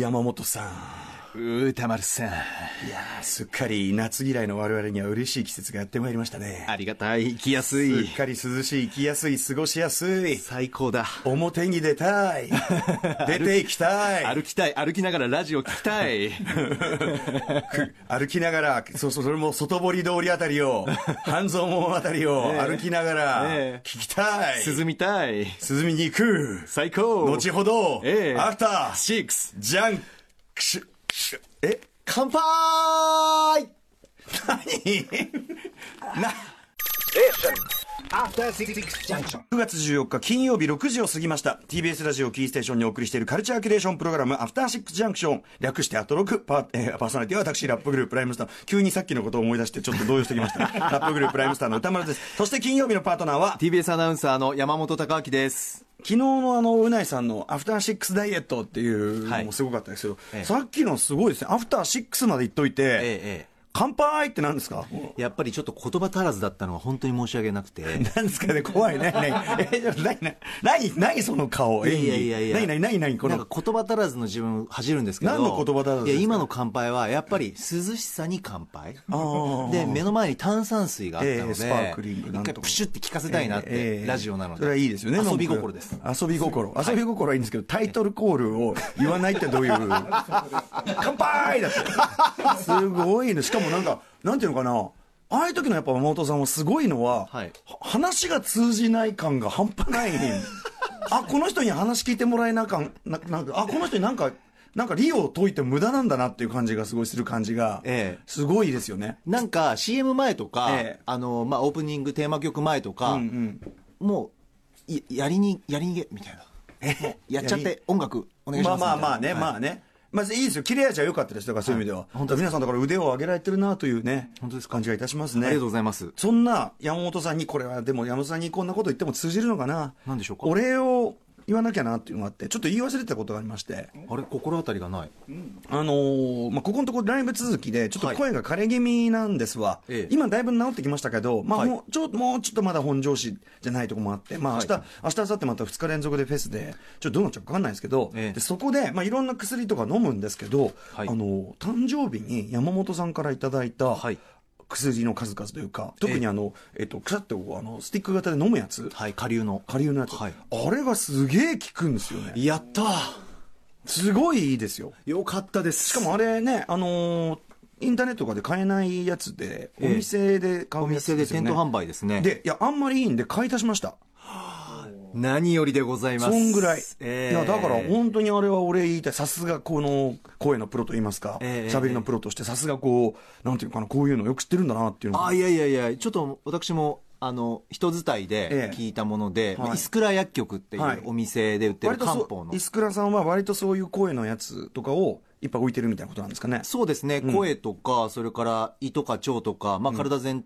山本さん。歌丸さん。いやーすっかり夏嫌いの我々には嬉しい季節がやってまいりましたね。ありがたい。行きやすいすっ。かり涼しい、行きやすい、過ごしやすい。最高だ。表に出た い。出ていきたい。歩きたい。歩きながらラジオ聞きたい。歩きながら、そうそう、それも外堀通りあたり を、半蔵門あたりをえ歩きながらええ、聞きたい。涼みたい。涼みに行く。最高。後ほど、ええアフター、シックス。ジャンクシュ、シュえ乾杯 な After Six Junction. 9月14日金曜日6時を過ぎました TBS ラジオキーステーションにお送りしているカルチャーキュレーションプログラム「アフターシックスジャンクション」略してアトロクパー,、えーパーソナリティは私ラップグループライムスター急にさっきのことを思い出してちょっと動揺してきました ラップグループライムスターの歌丸ですそして金曜日のパートナーは TBS アナウンサーの山本隆明です。昨日のあのうないさんの「アフターシックスダイエット」っていうはのいもすごかったですけど、ええさっきのすごいですね「アフターシックスまで言っといて、え乾杯って何ですかえ。やっぱりちょっと言葉足らずだったのは本当に申し訳なくて。なんですかね怖いね。何えちょっと何何何何その顔。いやいやいやいや。何何何何こなんの。か言葉足らずの自分を恥じるんですけど。何の言葉足らずですかいや、今の乾杯は、やっぱり涼しさに乾杯。ああで、目の前に炭酸水があったので、ええスパークリングなんとか一回プシュって聞かせたいなって、ええラジオなので。それはいいですよね。遊び心です。遊び心。遊び心はいいんですけど、タイトルコールを言わないってどういう。 乾杯だって。すごいね。しかもなんか、なんていうのかな。ああいう時のやっぱ山本さんはすごいのは、はいは話が通じない感が半端 ない。あ、この人に話聞いてもらえなかん、ななんか、あ、この人になんか、なんか理を解いて無駄なんだなっていう感じがすごいする感じがええ、すごいですよね。なんか CM 前とか、ええあの、まあ、オープニングテーマ曲前とか、うんもう、いやりに、やりにげ、みたいな。もうやっちゃって音楽お願いしますみまたあいな。まあまあね、まあね。まずいいですよ。切れ味は良かったですとか、そういう意味では。本当皆さんだから腕を上げられてるなというね、本当ですか感じがいたしますね。ありがとうございますそんな山本さんに、これはでも山本さんにこんなこと言っても通じるのかな。なんでしょうかお礼を言わなきゃなっていうのがあって、ちょっと言い忘れてたことがありまして、あれ、心当たりがない。あのーまあ、ここのところライブ続きで、ちょっはいと声が枯れ気味なんですわ。ええ今だいぶ治ってきましたけど、まあ、はいもうちょっと、もうちょっとまだ本調子じゃないとこもあって、まあ、明日、はい明日、明後日また2日連続でフェスで、ちょっとどうなっちゃうか分かんないですけど、ええでそこで、まあ、いろんな薬とか飲むんですけど、はいあのー誕生日に山本さんからいただいた、はい薬の数々というか、特にあの、えっと、くさっとあの、スティック型で飲むやつ、はい、下流の。下流のやつ、はいあれがすげえ効くんですよね。やったーすごいいいですよ。よかったです。ししかもあれね、あのーインターネットとかで買えないやつで、ええお店で買おうやつ店ですよ店ね頭販売ですね。で、いや、あんまりいいんで買い足しました。何よりでございます。そんぐらい。えーいや、だから本当にあれは俺言いたい。さすがこの声のプロと言いますか、ええ喋りのプロとして、さすがこう、なんていうのかな、こういうのよく知ってるんだなっていうのがあいやいやいや、ちょっと私も、あの、人伝いでええ聞いたもので、まあはいイスクラ薬局っていはいうお店で売ってる割と漢そ方の。う、イスクラさんは割とそういう声のやつとかをいっぱい置いてるみたいなことなんですかね。そうですね、声とか、それから胃とか腸とか、まあ、体全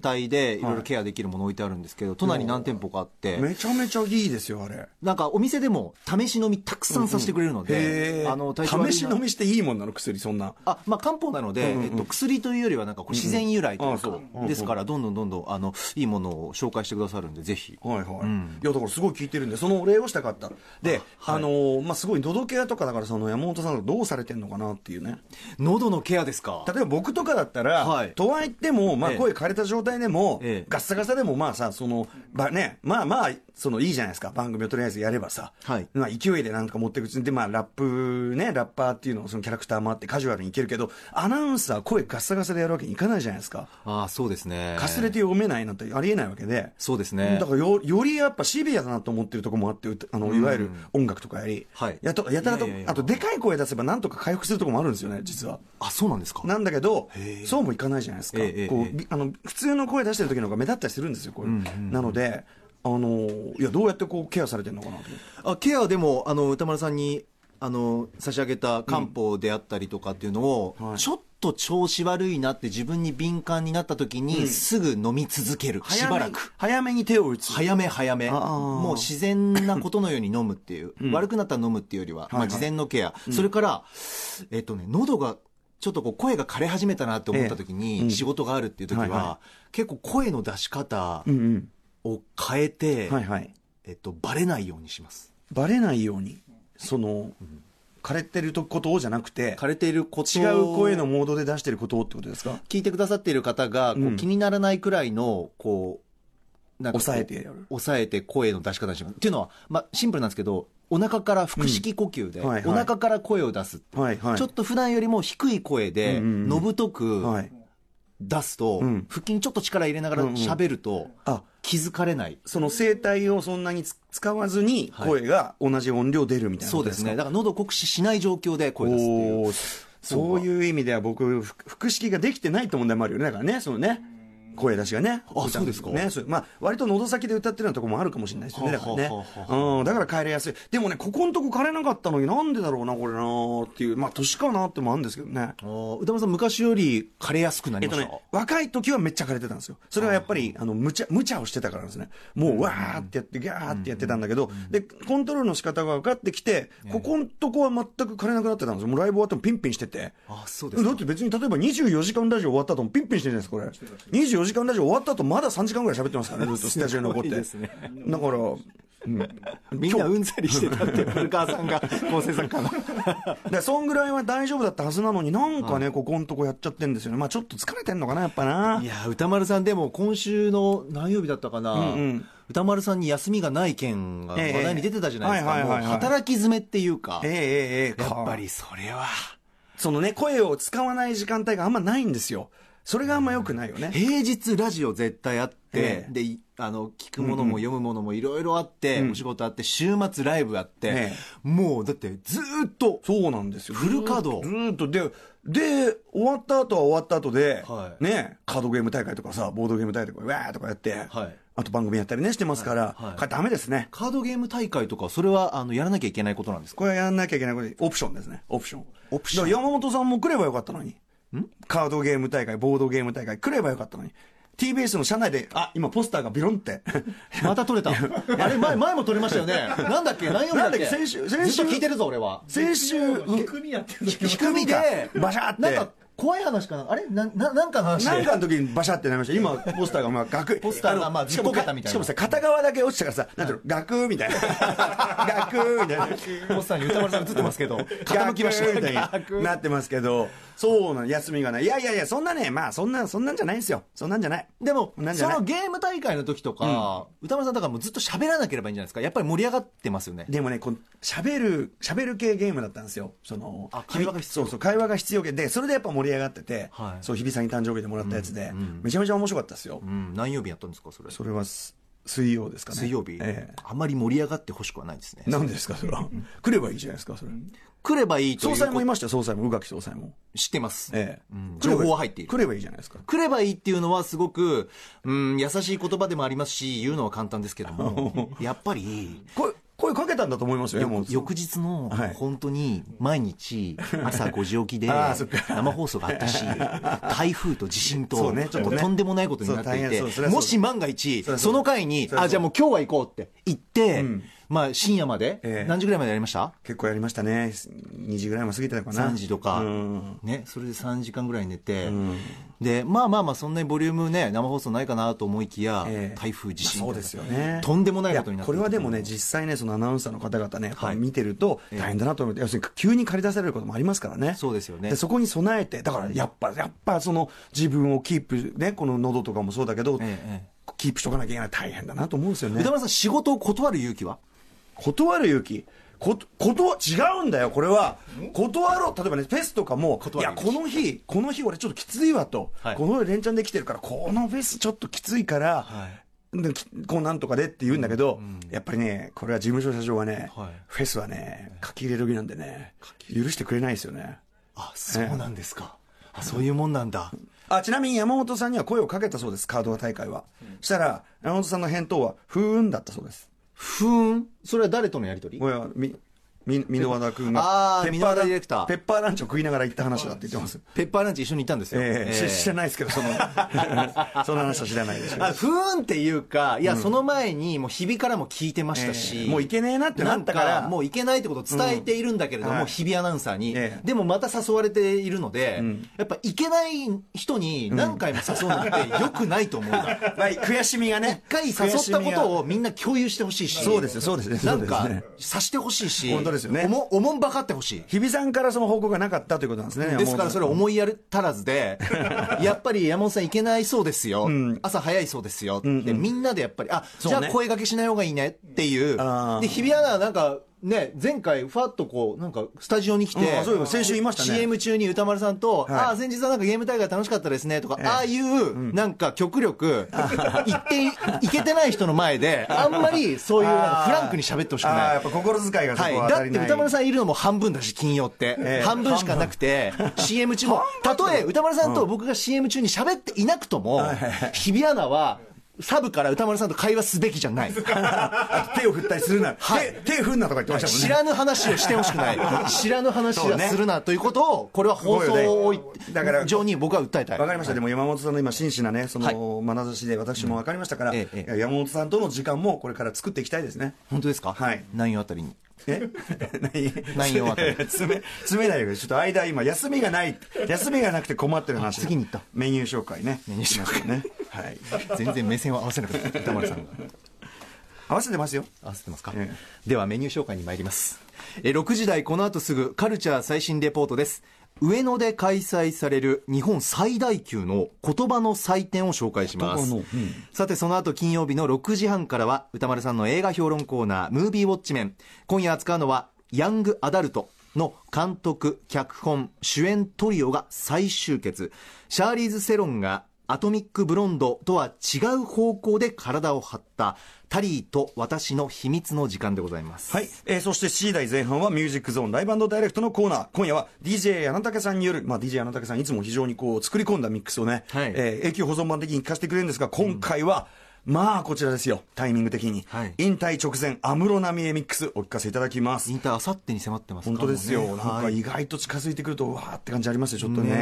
体でいろいろケアできるもの置いてあるんですけど、都内に何店舗かあって、めちゃめちゃいいですよ、あれ。なんかお店でも試し飲みたくさんさせてくれるので、へえ。あの体調悪いな試し飲みしていいもんなの、薬、そんな。あまあ、漢方なので、えっと、薬というよりはなんかこう自然由来というか、うんうんあそううんうんですから、どんどんどんどんあのいいものを紹介してくださるんで、ぜひ。はいはい、いやだからすごい聞いてるんでそのお礼をしたかったであ、のーまあ、すごいのどケアとかだからその山本さんがどうされてんのかなっていうね喉のケアですか例えば僕とかだったら、はいとはいっても、まあ、ええ声枯れた状態でも、ええガッサガサでもまあさその、ばね、まあまあそのいいじゃないですか番組をとりあえずやればさ、はいまあ、勢いでなんとか持っていくうちにで、まあ、ラップねラッパーっていうのをそのキャラクターもあってカジュアルにいけるけどアナウンサー声ガッサガサでやるわけにいかないじゃないですか。ああ、そうですね。かすれて読めないなんてありえないわけで、そうですねだからよよりやっぱシビアだなと思ってるとこもあって、うたあのいわゆる音楽とかやり、はいやっとやたらといやいやいやあとでかい声出せばなんとか回復するとこもあるんですよね、実は。あ、そうなんですか。なんだけど、そうもいかないじゃないですか、ええええこええうびあの普通の声出してる時の方が目立ったりするんですよ、これなので、あのいやどうやってこうケアされてるのかなと思って。あケアでもあの歌丸さんにあの差し上げた漢方であったりとかっていうのを、はいちょっと調子悪いなって自分に敏感になった時に、すぐ飲み続けるしばらく早めに手を打つ早め早めああもう自然なことのように飲むっていう、悪くなったら飲むっていうよりは、まはあ、いはい事前のケア、それからえっとね喉がちょっとこう声が枯れ始めたなって思った時に、仕事があるっていう時は、はいは結構声の出し方うんを変えて、うんはいはいえっと、バレないようにしますバレないようにその、枯れてるとことをじゃなくて枯れていること違う声のモードで出してることをってことですか聞いてくださっている方がこう、うん気にならないくらいのこうなんかこう抑えてやる抑えて声の出し方にしますっていうのは、まあ、シンプルなんですけどお腹から腹式呼吸で、うんはいはいお腹から声を出す、はいはいちょっと普段よりも低い声で、うんうんうんのぶとくはい出すと、うん腹筋ちょっと力入れながらうんうん喋ると、あ気づかれないその声帯をそんなにつ使わずにはい声が同じ音量出るみたいなそこうとでですすか、ねだから喉酷使しない状況で声出すっていうおーそういう意味では僕ふ腹式ができてないって問題もあるよねだからねそのね声出しがねあ歌そうですかね、そうまあ、割と喉先で歌ってるようなとこもあるかもしれないですよねだからねはあはあうんだから帰れやすいでもねここのとこ枯れなかったのになんでだろうなこれなーっていうまあ年かなってもあるんですけどねあー歌丸さん昔より枯れやすくなえりっまとした、ね、若い時はめっちゃ枯れてたんですよ。それはやっぱり、あの、無茶、無茶をしてたからなんですね。もう、わーってやって、ギャーってやってたんだけど、で、コントロールの仕方が分かってきて、ここんとこは全く枯れなくなってたんですよ。もうライブ終わってもピンピンしてて。あそうですかだって別に例えば24時間ラジオ終わった後もピンピンしてるじゃないですか、これ。24時間ラジオ終わった後まだ3時間ぐらい喋ってますからね、ずっとスタジオに残って。 すごいですねだから、うん。みんなうんざりしてた って古川さんが構成作家のでそんぐらいは大丈夫だったはずなのになんかね、ここんとこやっちゃってんですよね。まあちょっと疲れてんのかな、やっぱな。いや歌丸さんでも今週の何曜日だったかな、うんうん歌丸さんに休みがない件が話題に出てたじゃないですえかえもうはいはいはいはい働き詰めっていうか、ええええええやっぱりそれはそのね、声を使わない時間帯があんまないんですよ。それがあんま良くないよね。平日ラジオ絶対あって、ええでいあの聞くものも読むものもいろいろあって、お仕事あって週末ライブあって、ええもうだってずーっとそうなんですよ。フル稼働ずーっと。で、で、終わった後は終わった後で、はいね、カードゲーム大会とかさ、ボードゲーム大会とか、わーとかやって、はいあと番組やったりね、してますから、はいはいこれダメですね。カードゲーム大会とかそれはあのやらなきゃいけないことなんですかこれやんなきゃいけないことオプションですね。オプション。オプションだから山本さんも来ればよかったのに。カードゲーム大会、ボードゲーム大会、来ればよかったのに。TBS の社内で、あ、今ポスターがビロンって。また取れたあれ前前も取れま したよねなんだっけ何曜日だなんっけだっけ先週先週ずっと聞いてるぞ俺は 先週、 低みやってる時仕組みでバシャってなんか怖い話かなあれなななんかの話なんでかの時にバシャってなりました。今、 ポスターが、まあ、ガク。ポスターがまあのしかもずっこけたみたしいなかもさ、片側だけ落ちたからさ、なんていうの、ガクみたいな。 ガクみたいな。ポスターに歌丸さん映ってますけど傾きましガクみたいたになってますけど、そうなの、休みがない。いやいやいや、そんなね、まあ、そんな、そんなんじゃないんですよ。そんなんじゃない。でもなんじゃそないのゲーム大会の時とか、歌丸さんだからもうずっと喋らなければいいんじゃないですかやっぱり盛り上がってますよねでもね、この喋る、喋る系ゲームだったんですよ。その、あ会話が必要そうそう、会話が必要系で、それでやっぱ盛り上がってて、はいそう、日比さんに誕生日でもらったやつで、めちゃめちゃ面白かったですよ。うん何曜日やったんですかそれそれはす、水曜ですかね。水曜日、えあまり盛り上がってほしくはないですねえ。なんですか、それは。来ればいいじゃないですか、それ。来ればいいという総こ裁もいましたよ、総裁も、宇垣総裁も。知ってます、ええ。ん来れば情報は入っている来ればいいじゃないですか。来ればいいっていうのはすごく、うん、優しい言葉でもありますし、言うのは簡単ですけど も、やっぱり、声、声かけたんだと思いますよ、もう。翌日のはい本当に毎日朝5時起き であーそっか生放送があっ たし、台風と地震とそうねちょっとねとんでもないことになってそいう大変そうそれて、はそうもし万が一、れはそうその回に、はそうあ、じゃあもう今日は行こうって言ってん、まあ深夜まえで、え何時ぐらいまでやりました結構やりましたね。2時ぐらいも過ぎてたかな。 3時とかうん、ね、それで3時間ぐらい寝て、で、まあまあまあ、そんなにボリュームね、生放送ないかなと思いきやええ、台風、地震まあそとうかですよねとんでもないことになってこるれはでもね、実際ね、そのアナウンサーの方々ね、やっぱはい見てると大変だなと思って、要するに急に借り出されることもありますからね。そうですよねそこに備えて、だからやっぱ、やっぱその自分をキープ、ね、この喉とかもそうだけど、えええキープしとかなきゃいけない大変だなと思うんですよね歌。丸さん、仕事を断る勇気は断る勇気ことこと違うんだよこれは断ろう例えばねフェスとかもい断るや勇気この日この日俺ちょっときついわと、はいこの日連チャンできてるからこのフェスちょっときついから、できこうなんとかでって言うんだけど、やっぱりねこれは事務所社長がね、はいフェスはね書き入れ時なんでね許してくれないですよねあ、そうなんですか。あ、そういうもんなんだ。あちなみに山本さんには声をかけたそうですカード大会は、したら山本さんの返答は「ふーん」だったそうですふーん。それは誰とのやりとりこれはみみ箕輪田君あがーペッパー箕輪ラ田ンディレクターペッパーランチを食いながら行った話だって言ってます、ペッパーランチ一緒に行ったんですよ。ええええし知らないですけど そのその話は知らないでしょうあふーんっていうか、いや、その前に、もう日々からも聞いてましたし、ええもういけねえなってなったからんもういけないってことを伝えているんだけれどうんも、はい日々アナウンサーに、ええでもまた誘われているので、やっぱいけない人に何回も誘うのって、よくないと思うな。 まあ悔しみがね一回誘ったこをとをみんな共有してほしいし、そうですよそうですねなんそかうですね、さしてほしいし、本当ですよねおもおもんばかってほしい。日比さんからその報告がなかったということなんですね。ですからそれ思いやる足らず で、やっぱり山本さんいけないそうですよ。朝早いそうですよ。で、みんなでやっぱり、あ、そうじねゃあ声掛けしない方がいいねっていうあー。で、日比アナはなんか、ね、前回、ファッとこう、なんか、スタジオに来うてん、そういえば先週いましたね CM 中に歌丸さんと、いああ、先日はなんかゲーム大会楽しかったですね、とか、ああいう、なんか 極力、言っていけてない人の前で、あんまりそういう、なんかフランクに喋ってほしくあーあーなやいっ。ぱ心遣いがそはこい、はだ足っりてない。歌丸さんいるのも半分だし、金曜って、ええ半分しかなくて、CM 中も、たとえ歌丸さんと僕が CM 中に喋っていなくとも、日比アナは、サブから歌丸さんと会話すべきじゃない。あと手を振ったりするな。はい手、手振んなとか言ってましたもんね。知らぬ話をしてほしく ない。知らぬ話そうはねするなということを、これは放送をすごいよねだから上に僕は訴えたい。わかりました、でも山本さんの今、真摯なね、そはの眼差しで私も分かりましたから、えええ山本さんとの時間もこれから作っていきたいですね。本当ですかはい何曜あたりに。 え内容は詰め詰めないでくださいちょっと間今休みがない休みがなくて困ってる話次に行ったメニュー紹介ねメニュー紹介ねはい全然目線を合わせなかった、歌丸さんが。合わせてますよ合わせてますか、えではメニュー紹介に参りますえー6時台この後すぐカルチャー最新レポートです上野で開催される日本最大級の言葉の祭典を紹介します、言葉のうんさてその後金曜日の6時半からは歌丸さんの映画評論コーナー「ムービーウォッチメン」今夜扱うのは「ヤングアダルト」の監督脚本主演トリオが再集結シャーリーズ・セロンがアトミック・ブロンドとは違う方向で体を張ったタリーと私の秘密の時間でございますはい、えーそして C 台前半はミュージックゾーンライブダイレクトのコーナー今夜は DJ 柳竹さんによる、まあ、DJ 柳竹さんいつも非常にこう作り込んだミックスをね、はいえー永久保存版的に聞かせてくれるんですが今回は、まあこちらですよタイミング的に、はい引退直前安室奈美恵ミックスお聞かせいただきます引退あさってに迫ってますから本当ですもよ、うねなんはかい意外と近づいてくると、わーって感じありますよ、ちょっとね。ね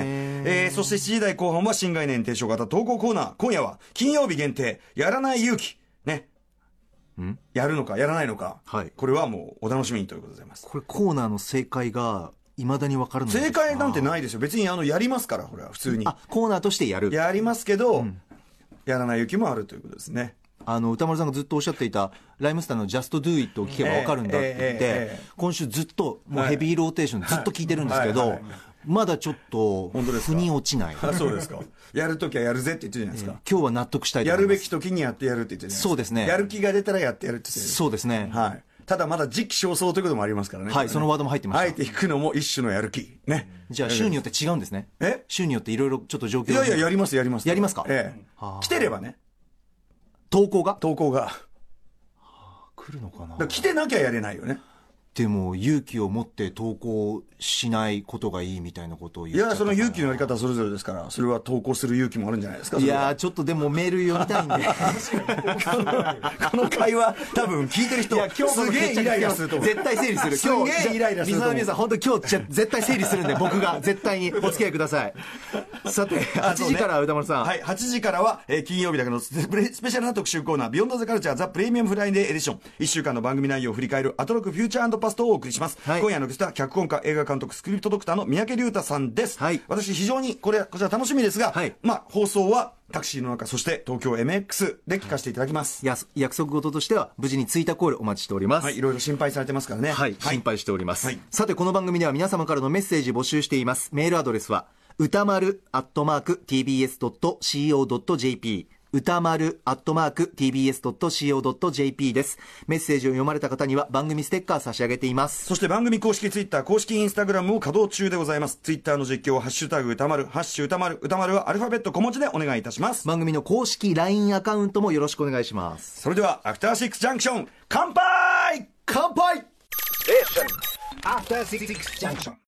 えーそして7時台後半は新概念提唱型投稿コーナー、今夜は金曜日限定、やらない勇気、ね。やるのか、やらないのか、はいこれはもうお楽しみにということでございます。これコーナーの正解がいまだに分からない正解なんていないですよ、別にあのやりますから、これは普通に。あコーナーとしてやるやりますけど、やらない勇気もあるということですね。あの歌丸さんがずっとおっしゃっていたライムスターの「Just Do It」を聞けば分かるんだって言って、ええええええ今週ずっともうヘビーローテーションずっと聞いてるんですけど、はいはいはいまだちょっと本当ですか腑に落ちない今あそうですか。 やるときはやるぜって言ってるじゃないですか。日は納得したいとや思いるますべきときにやってやるって言ってるじゃないかそうですねやる気が出たらやってやるって言ってるそうですね、はい。ただまだ時期尚早ということもありますからね。はいこれねそのワードも入ってましたあえて引くのも一種のやる気。ね。じゃあ週によって違うんですねえ週によっていろいろちょっと状い況がやいや、やります、やります。やりますかええあ。ー来てればね、投稿が投稿が。だか来るのかなら来てなきゃやれないよね。でも勇気を持って投稿しないことがいいみたいなことを言いっちゃっや、たそからの勇気のやり方はそれぞれですから、それは投稿する勇気もあるんじゃないですか。いそれはやーちょっとでもメール読みたいんで この会話、多分聞いてる人いや、今日こすのげえイライラすると思う。絶対整理する。今日、すげえイライラするとリス思ナーのう。皆さん、本当今日、じゃ絶対整理するんで、僕が、絶対にお付き合いくださ い。さて、8時 からは歌丸さん。はい、8時からは、えー金曜日だけのスペスペシャルな特集コーナー、ビヨンドザカルチャーザプレミアムフライデーエディション。1週間の番組内容を振り返るアトロックフューチャーパストをお送りします。はい今夜のゲストは脚本家、映画監督、スクリプトドクターの三宅龍太さんです。はい私非常にこれ、こちら楽しみですが、はいまあ、放送はタクシーの中、そして東京 MX で聞かせていただきます。やす約束事としては、無事に着いたコールお待ちしております。はい、いろいろ心配されてますからね。はい、心配しております、はいさてこの番組では皆様からのメッセージ募集していますメールアドレスは歌丸アットマーク TBS.CO.JP 歌丸アットマーク TBS.CO.JP ですメッセージを読まれた方には番組ステッカー差し上げていますそして番組公式ツイッター、公式インスタグラムも稼働中でございます。ツイッターの実況は、ハッシュタグ歌丸、ハッシュ歌丸、歌丸はアルファベット小文字でお願いいたします。番組の公式 LINE アカウントもよろしくお願いしますそれでは、アフターシックスジャンクション、乾杯乾杯 After Six Junction.